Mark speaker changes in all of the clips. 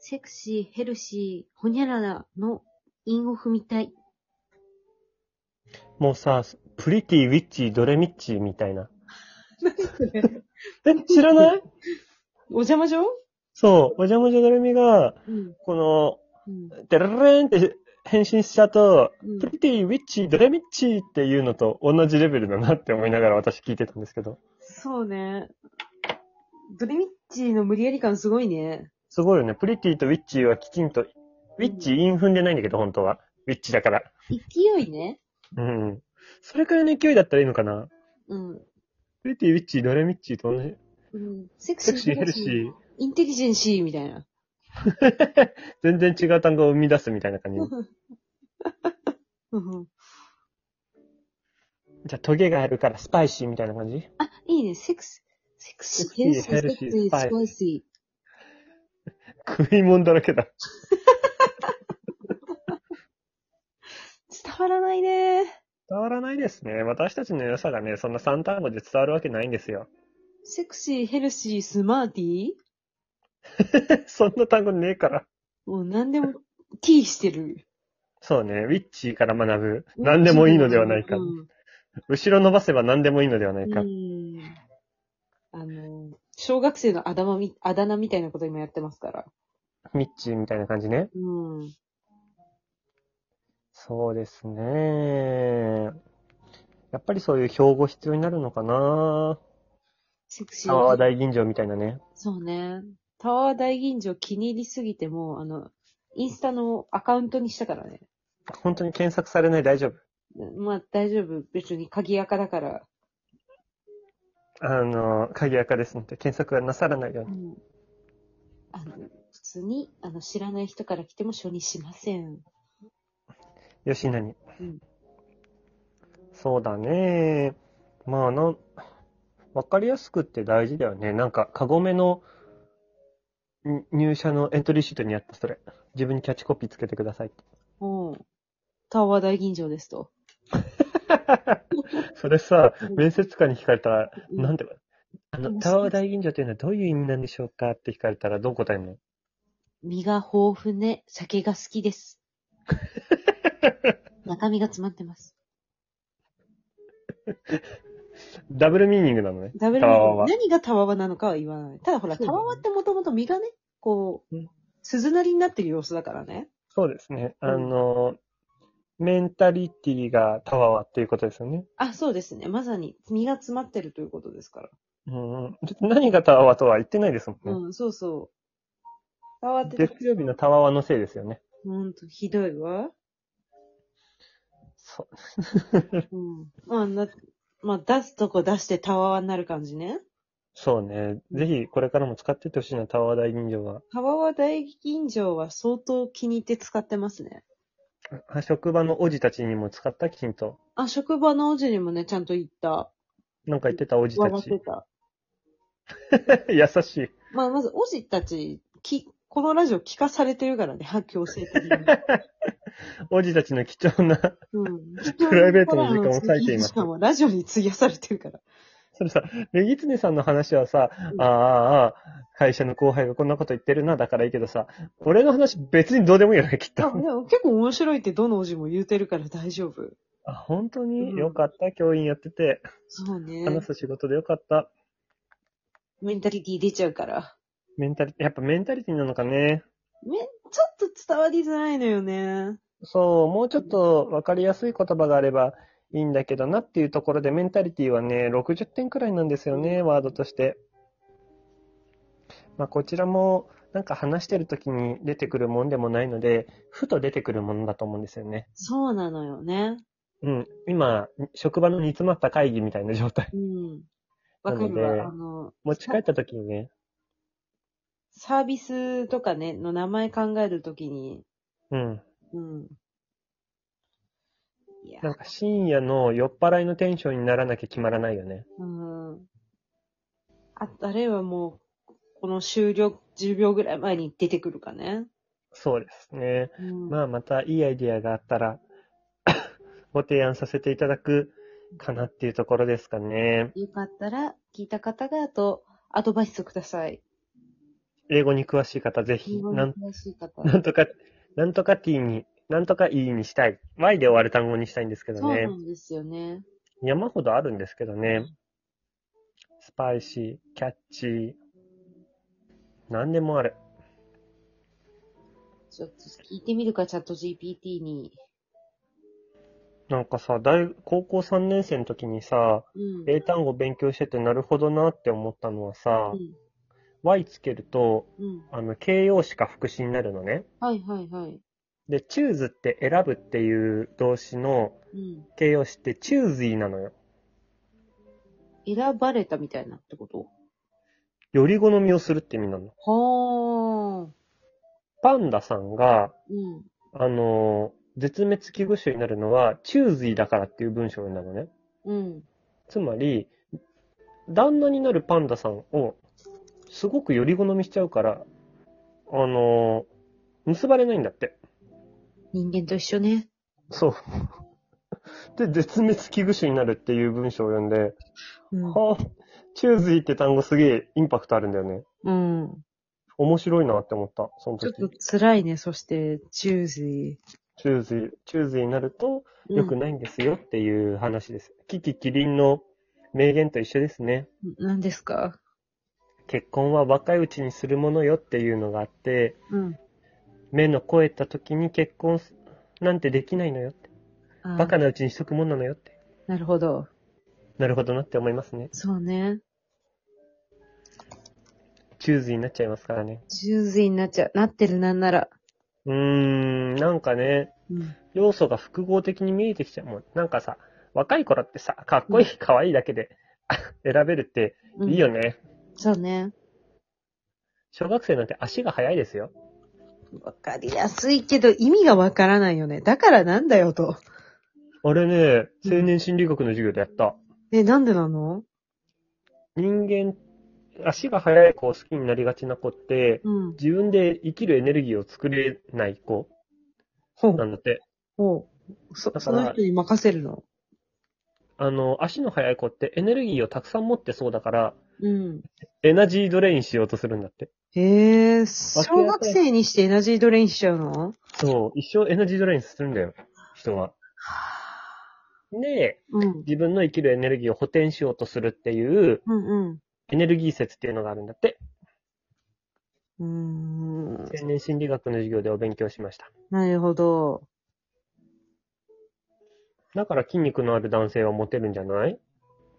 Speaker 1: セクシー、ヘルシー、ほにゃららの韻を踏みたい。
Speaker 2: もうさ、プリティ、ウィッチ、ドレミッチみたいな。
Speaker 1: 何それ
Speaker 2: え、知らない
Speaker 1: お邪魔状
Speaker 2: そう、おじゃもじゃドレミが、
Speaker 1: うん。
Speaker 2: この、
Speaker 1: うん。
Speaker 2: デレレーンって変身しちゃうと、
Speaker 1: うん
Speaker 2: プリティ、ウィッチ、ドレミッチっていうのと同じレベルだなって思いながら私聞いてたんですけど。
Speaker 1: そうね。ドレミッチの無理やり感すごいね。
Speaker 2: すごいよね。プリティとウィッチはきちんと、ウィッチ、イン踏んでないんだけど、本当は。ウィッチだから。
Speaker 1: 勢いね。
Speaker 2: うんうん。それくらいの勢いだったらいいのかな。
Speaker 1: うん。
Speaker 2: プリティ、ウィッチ、ドレミッチと同じ。
Speaker 1: うん。セクシ
Speaker 2: セ
Speaker 1: ー、
Speaker 2: クシー、ヘルシー。
Speaker 1: インテリジェンシーみたいな。
Speaker 2: 全然違う単語を生み出すみたいな感じ。
Speaker 1: うんうん
Speaker 2: じゃあ、トゲがあるからスパイシーみたいな感じ
Speaker 1: あ、いいね。セクス、セクシー、ヘルシ
Speaker 2: セ
Speaker 1: ー、
Speaker 2: クシーヘル
Speaker 1: セ
Speaker 2: シ
Speaker 1: ク
Speaker 2: ー
Speaker 1: シー、ス
Speaker 2: スパイ
Speaker 1: パイシ
Speaker 2: 食い物だらけだ。
Speaker 1: ー。伝わらないね。
Speaker 2: 伝わらないですね。私たちの良さがね、そんな3単語で伝わるわけないんですよ。
Speaker 1: セクシー、ヘルシー、スマーティー
Speaker 2: そんな単語ねえから。
Speaker 1: もう何でも T してる。
Speaker 2: そうね、ウィッチから学ぶ。何でもいいのではないか
Speaker 1: う。ん。
Speaker 2: 後ろ伸ばせば何でもいいのではないうか。
Speaker 1: んあの、小学生のあだまみ、あだ名みたいなこと今やってますから。
Speaker 2: ミッチーみたいな感じね。
Speaker 1: うん。
Speaker 2: そうですね。やっぱりそういう標語必要になるのかな
Speaker 1: セクシー。
Speaker 2: タワー大吟醸みたいなね。
Speaker 1: そうね。タワー大吟醸気に入りすぎても、あの、インスタのアカウントにしたからね。
Speaker 2: 本当に検索されない大丈夫。
Speaker 1: まあ大丈夫。別に鍵垢だから。
Speaker 2: あの、鍵垢ですので、検索はなさらないよう
Speaker 1: う
Speaker 2: に。
Speaker 1: ん。あの、普通に、あの、知らない人から来ても処理しません。
Speaker 2: よしなに。
Speaker 1: うん
Speaker 2: そうだね。まあ、なん、わかりやすくって大事だよね。なんか、カゴメのん入社のエントリーシートにあった、それ。自分にキャッチコピーつけてくだ さいって。
Speaker 1: うん。タワー大吟醸ですと。
Speaker 2: それさ
Speaker 1: う、ん
Speaker 2: 面接官に聞かれたら、なんて、あ
Speaker 1: う
Speaker 2: の、
Speaker 1: ん
Speaker 2: タワー大吟醸というのはどういう意味なんでしょうかって聞かれたら、どう答えるの
Speaker 1: 身が豊富ね、酒が好き です。中身が詰まってます。
Speaker 2: ダブルミーニングなのね。
Speaker 1: ダブル
Speaker 2: タ
Speaker 1: ミー
Speaker 2: ワ
Speaker 1: ニ
Speaker 2: ー
Speaker 1: ング
Speaker 2: は
Speaker 1: 何がたわわなのかは言わない。ただほら、
Speaker 2: そう
Speaker 1: た
Speaker 2: だね
Speaker 1: わわってもともと身がね、こう
Speaker 2: うん、
Speaker 1: 鈴なりになってる様子だからね。
Speaker 2: そうですね。
Speaker 1: うん
Speaker 2: あの、メンタリティがタワーっていうことですよね。
Speaker 1: あ、そうですね。まさに、身が詰まってるということですから。
Speaker 2: うんうん。ちょっと何がタワーとは言ってないですもんね。
Speaker 1: うん、そうそう。たわってて、
Speaker 2: 月曜日のタワーのせいですよね。
Speaker 1: ほんと、ひどいわ。
Speaker 2: そ
Speaker 1: うん。まあ、な、まあ、出すとこ出してたわわになる感じね。
Speaker 2: そうね。ぜひ、これからも使ってってほしいな、タワー大吟醸は。
Speaker 1: たわわ大吟醸は相当気に入って使ってますね。
Speaker 2: あ職場のおじたちにも使った、きちんと。
Speaker 1: あ、職場のおじにもね、ちゃんと言った。
Speaker 2: なんか言ってた、おじた
Speaker 1: 笑って
Speaker 2: ち。
Speaker 1: た。
Speaker 2: 優しい。
Speaker 1: まあ、まず、おじたち、き、このラジオ聞かされてるからね、は強制 的に。
Speaker 2: おじたちの貴重な、
Speaker 1: うん。
Speaker 2: プライベートの時間を割いています
Speaker 1: しかも、ラジオに費やされてるから。
Speaker 2: それさ、メギツネさんの話はさ、
Speaker 1: うん
Speaker 2: ああ、ああ、会社の後輩がこんなこと言ってるな、だからいいけどさ、俺の話別にどうでもいいよね、きっ
Speaker 1: あ
Speaker 2: と。
Speaker 1: でも結構面白いってどのおじも言うてるから大丈夫。
Speaker 2: あ、本当
Speaker 1: う
Speaker 2: に
Speaker 1: ん
Speaker 2: よかった、教員やってて、
Speaker 1: そうね。
Speaker 2: 話す仕事でよかった。
Speaker 1: メンタリティ出ちゃうから。
Speaker 2: メンタリティ、やっぱメンタリティなのかね。
Speaker 1: ちょっと伝わりづらいのよね。
Speaker 2: そう、もうちょっと分かりやすい言葉があればいいんだけどなっていうところで、メンタリティはね、60点くらいなんですよね、ワードとして。まあ、こちらも、なんか話してる時に出てくるもんでもないので、ふと出てくるものだと思うんですよね。
Speaker 1: そうなのよね。
Speaker 2: うん。今、職場の煮詰まった会議みたいな状 態。
Speaker 1: うん。わかる
Speaker 2: なので
Speaker 1: わ。あの、
Speaker 2: 持ち帰った時にね、
Speaker 1: サービスとかね、の名前考えるときに、
Speaker 2: うん。
Speaker 1: うん。いや、
Speaker 2: なんか深夜の酔っ払いのテンションにならなきゃ決まらないよね。
Speaker 1: うん。あ、あるいはもう、この終了10秒ぐらい前に出てくるかね。
Speaker 2: そうですね。
Speaker 1: うん。
Speaker 2: まあ、またいいアイディアがあったら、 ご提案させていただくかなっていうところですかね。
Speaker 1: よかったら、聞いた方が、あと、アドバイスください。
Speaker 2: 英語に詳しい方、ぜひ、
Speaker 1: 英語に
Speaker 2: なん、
Speaker 1: 詳しい方。
Speaker 2: なんとか、なんとか t に、なんとか e にしたい。y で終わる単語にしたいんですけど
Speaker 1: そう
Speaker 2: ね
Speaker 1: な。んですよね。
Speaker 2: 山ほどあるんですけどね。スパイシー、キャッチー、なんでもある。
Speaker 1: ちょっと聞いてみるか、チャット GPT に。
Speaker 2: なんかさ、大、高校3年生の時にさ、
Speaker 1: うん。
Speaker 2: 英単語勉強しててなるほどなって思ったのはさ、y つけると、
Speaker 1: うん。うん。
Speaker 2: あの、形容詞か副詞になるのね。
Speaker 1: はいはいはい。
Speaker 2: で、choose って選ぶっていう動詞の
Speaker 1: うん。
Speaker 2: 形容詞って choosy なのよ。
Speaker 1: 選ばれたみたいなってこと
Speaker 2: より好みをするって意味なの。
Speaker 1: はあ。
Speaker 2: パンダさんが、
Speaker 1: うん。
Speaker 2: あのー絶滅危惧種になるのは choosy だからっていう文章なのね。
Speaker 1: うん。
Speaker 2: つまり、旦那になるパンダさんを、すごくより好みしちゃうから、あのー結ばれないんだって。
Speaker 1: 人間と一緒ね。
Speaker 2: そう。 で、絶滅危惧種になるっていう文章を読んで、
Speaker 1: うん。
Speaker 2: はぁ、チューズイって単語すげえインパクトあるんだよね。
Speaker 1: うん。
Speaker 2: 面白いなって思った、その
Speaker 1: ちょっ
Speaker 2: 時。
Speaker 1: と辛いね、そして、チューズイ。
Speaker 2: チューズイ、チューズイになると
Speaker 1: うん
Speaker 2: 良くないんですよっていう話です。キキキリンの名言と一緒ですね。
Speaker 1: 何ですか
Speaker 2: 結婚は若いうちにするものよっていうのがあって、
Speaker 1: うん。
Speaker 2: 目の肥えた時に結婚すなんてできないのよって。
Speaker 1: あ
Speaker 2: バカなうちにしとくもんなのよって。
Speaker 1: なるほど。
Speaker 2: なるほどなって思いますね。
Speaker 1: そうね。
Speaker 2: チューズになっちゃいますからね。
Speaker 1: チューズイになっちゃう。なってるなんなら。
Speaker 2: うーん、なんかね、
Speaker 1: うん。
Speaker 2: 要素が複合的に見えてきちゃう。もうなんかさ、若い頃ってさ、かっこいい、かわいいだけで 選べるって
Speaker 1: うん
Speaker 2: いいよね。
Speaker 1: そうね。
Speaker 2: 小学生なんて足が速いですよ。
Speaker 1: わかりやすいけど、意味がわからないよね。だからなんだよと。
Speaker 2: あれね、青年心理学の授業でやった。
Speaker 1: え、なんでなの
Speaker 2: 人間、足が速い子を好きになりがちな子って、
Speaker 1: うん。
Speaker 2: 自分で生きるエネルギーを作れない子
Speaker 1: ほ
Speaker 2: な
Speaker 1: う。
Speaker 2: んだって。
Speaker 1: ほう。そ
Speaker 2: だ、か
Speaker 1: そ
Speaker 2: ら
Speaker 1: の人に任せるの。
Speaker 2: あの、足の速い子ってエネルギーをたくさん持ってそうだから、
Speaker 1: うん。
Speaker 2: エナジードレインしようとするんだって。
Speaker 1: へえ、小学生にしてエナジードレインしちゃうの
Speaker 2: そう、一生エナジードレインするんだよ、人は。で、
Speaker 1: うん。
Speaker 2: 自分の生きるエネルギーを補填しようとするっていう、
Speaker 1: うん
Speaker 2: エネルギー説っていうのがあるんだって。
Speaker 1: うん。うーん。
Speaker 2: 青年心理学の授業でお勉強しました。
Speaker 1: なるほど。
Speaker 2: だから筋肉のある男性はモテるんじゃない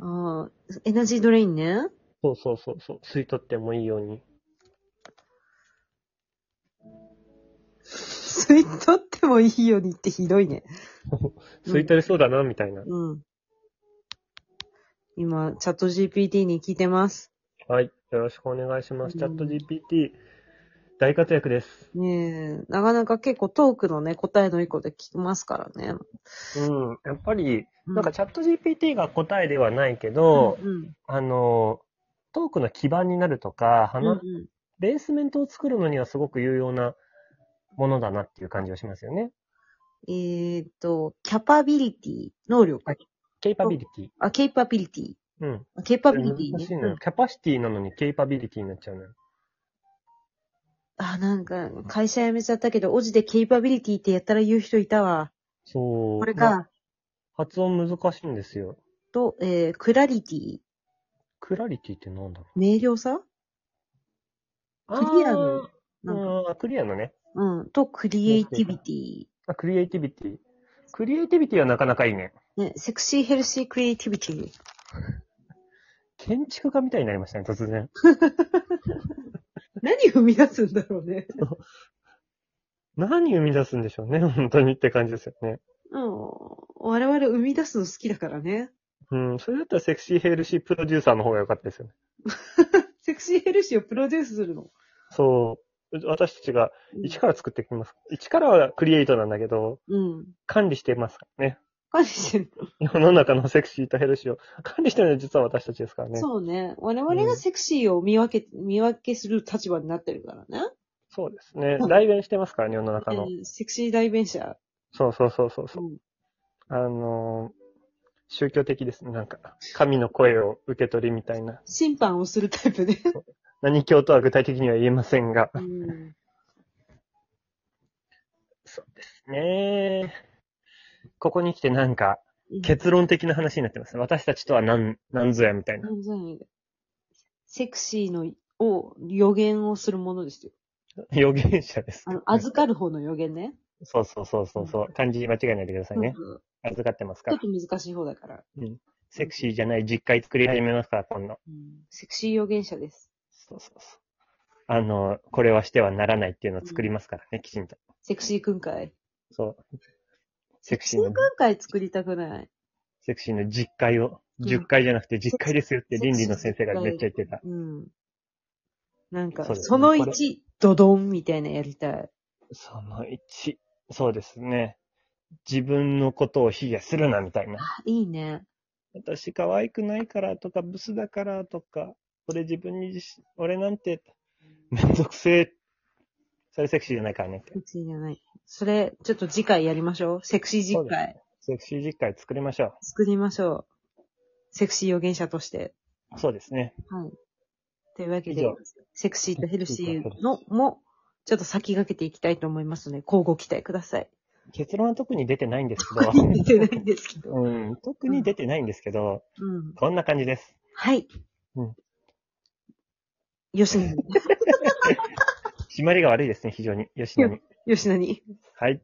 Speaker 1: ああ、エナジードレインね。
Speaker 2: そうそうそうそう、吸い取ってもいいように。
Speaker 1: 吸い取ってもいいようにってひどいね。
Speaker 2: 吸い取れ そうだな、みたいな。
Speaker 1: うん。今、チャット GPT に聞いてます。
Speaker 2: はい、よろしくお願いします。
Speaker 1: うん
Speaker 2: チャット GPT、大活躍です。
Speaker 1: ねえ、なかなか結構トークのね、答えの一個で聞きますからね。
Speaker 2: うん、やっぱり、
Speaker 1: う
Speaker 2: なんか、チャット GPT が答えではないけど、
Speaker 1: うんうん。
Speaker 2: あの、トークの基盤になるとか、
Speaker 1: う
Speaker 2: 話
Speaker 1: んうん
Speaker 2: ベースメントを作るのにはすごく有用なものだなっていう感じがしますよね。
Speaker 1: えーっと、キャパビリティ、能力。
Speaker 2: ケイパビリティ。
Speaker 1: あ、ケイパビリティ。
Speaker 2: うん。
Speaker 1: あケイパビリテ
Speaker 2: 難
Speaker 1: ィ
Speaker 2: しい
Speaker 1: ね。
Speaker 2: のよ。キャパシティなのにケイパビリティになっちゃうのよ。
Speaker 1: あ、なんか、会社辞めちゃったけど、オジでケイパビリティってやったら言う人いたわ。
Speaker 2: そう。
Speaker 1: これ
Speaker 2: まあ。
Speaker 1: か。
Speaker 2: 発音難しいんですよ。
Speaker 1: と、えー、クラリティ。
Speaker 2: クラリティってなんだろ
Speaker 1: 明瞭さ
Speaker 2: う。
Speaker 1: クリアの
Speaker 2: あー
Speaker 1: なんか
Speaker 2: うんあクリアのね。
Speaker 1: うん。と、クリエイティビティ。
Speaker 2: あクリエイティビティ。クリエイティビティはなかなかいいね。
Speaker 1: ね、セクシーヘルシークリエイティビティ。
Speaker 2: 建築家みたいになりましたね、突然。
Speaker 1: 何生み出すんだろうね。
Speaker 2: 何生み出すんでしょうね、 本当にって感じですよね。
Speaker 1: うん。我々生み出すの好きだからね。
Speaker 2: うん、それだったらセクシーヘルシープロデューサーの方が良かったですよね。
Speaker 1: セクシーヘルシーをプロデュースするの。
Speaker 2: そう。私たちが一から作ってきます。一からはクリエイトなんだけど、
Speaker 1: うん。
Speaker 2: 管理してますからね。
Speaker 1: 感じしてる
Speaker 2: 世の中のセクシーとヘルシーを管理してるのは実は私たちですからね。
Speaker 1: の。
Speaker 2: そ
Speaker 1: そ
Speaker 2: う
Speaker 1: うね。我々がセクシーを見分け、見分けする立場になってるからね。
Speaker 2: ですね
Speaker 1: う。ん
Speaker 2: 代弁してますからね、世の中
Speaker 1: う
Speaker 2: の。
Speaker 1: んセクシー代弁者。
Speaker 2: そうそうそうそうそうう。
Speaker 1: ん。
Speaker 2: あのー宗教的ですね。なんか、神の声を受け取りみたいな。
Speaker 1: 審判をするタイプね。
Speaker 2: 何教とは具体的には言えませんが。
Speaker 1: うん。
Speaker 2: そうですね。ここに来てなんか
Speaker 1: うん
Speaker 2: 結論的な話になってます。私たちとは何、何ぞやみたいな。
Speaker 1: なんじゃないセクシーの、を、予言をするものですよ。
Speaker 2: 予言者です。
Speaker 1: あの、預かる方の予言ね。
Speaker 2: そうそうそうそうそう。漢字間違えないでくださいね。
Speaker 1: うん
Speaker 2: 預かってます
Speaker 1: ちょ
Speaker 2: か
Speaker 1: っと難しい方だから。
Speaker 2: セクシーじゃない実会作り始めますから、今度。
Speaker 1: うんセクシー予言者です。
Speaker 2: そうそうそう。あの、これはしてはならないっていうのを作りますからね、きちんと。
Speaker 1: セクシー訓会。
Speaker 2: そう。セクシ
Speaker 1: セクシ
Speaker 2: ー
Speaker 1: ー
Speaker 2: の
Speaker 1: 訓、会作りたくない。
Speaker 2: セクシーの実会を、
Speaker 1: うん
Speaker 2: 10回じゃなくて10回ですよって倫理の先生がめっちゃ言ってた。
Speaker 1: うん。なんか、
Speaker 2: そう
Speaker 1: そ
Speaker 2: ですね
Speaker 1: の
Speaker 2: こ
Speaker 1: 1、ドドンみたいなやりたい。
Speaker 2: その1、そうですね。自分のことを卑下するな、みたいな。
Speaker 1: あいいね。
Speaker 2: 私可愛くないからとか、ブスだからとか、俺自分に自信、俺なんて、めんどくせえ。それセクシーじゃないからねって。
Speaker 1: セクシーじゃない。それ、ちょっと次回やりましょう。セクシー
Speaker 2: そう
Speaker 1: 実
Speaker 2: です
Speaker 1: 会。
Speaker 2: セクシー実会作りましょ
Speaker 1: 作りましょう。セクシー予言者として。
Speaker 2: う。そうですね。
Speaker 1: はい。というわけ
Speaker 2: 以
Speaker 1: で
Speaker 2: 上、
Speaker 1: セクシーとヘルシーのも、ちょっと先駆けていきたいと思いますので、交互期待ください。
Speaker 2: 結論は特に出てないんですけど、
Speaker 1: 出てないんですけど。
Speaker 2: うん、特に出てないんですけど、
Speaker 1: うん。
Speaker 2: こんな感じです。
Speaker 1: はい。
Speaker 2: うん
Speaker 1: 吉野に。
Speaker 2: 締まりが悪いですね、非常に。吉野に。
Speaker 1: 吉野に。
Speaker 2: はい。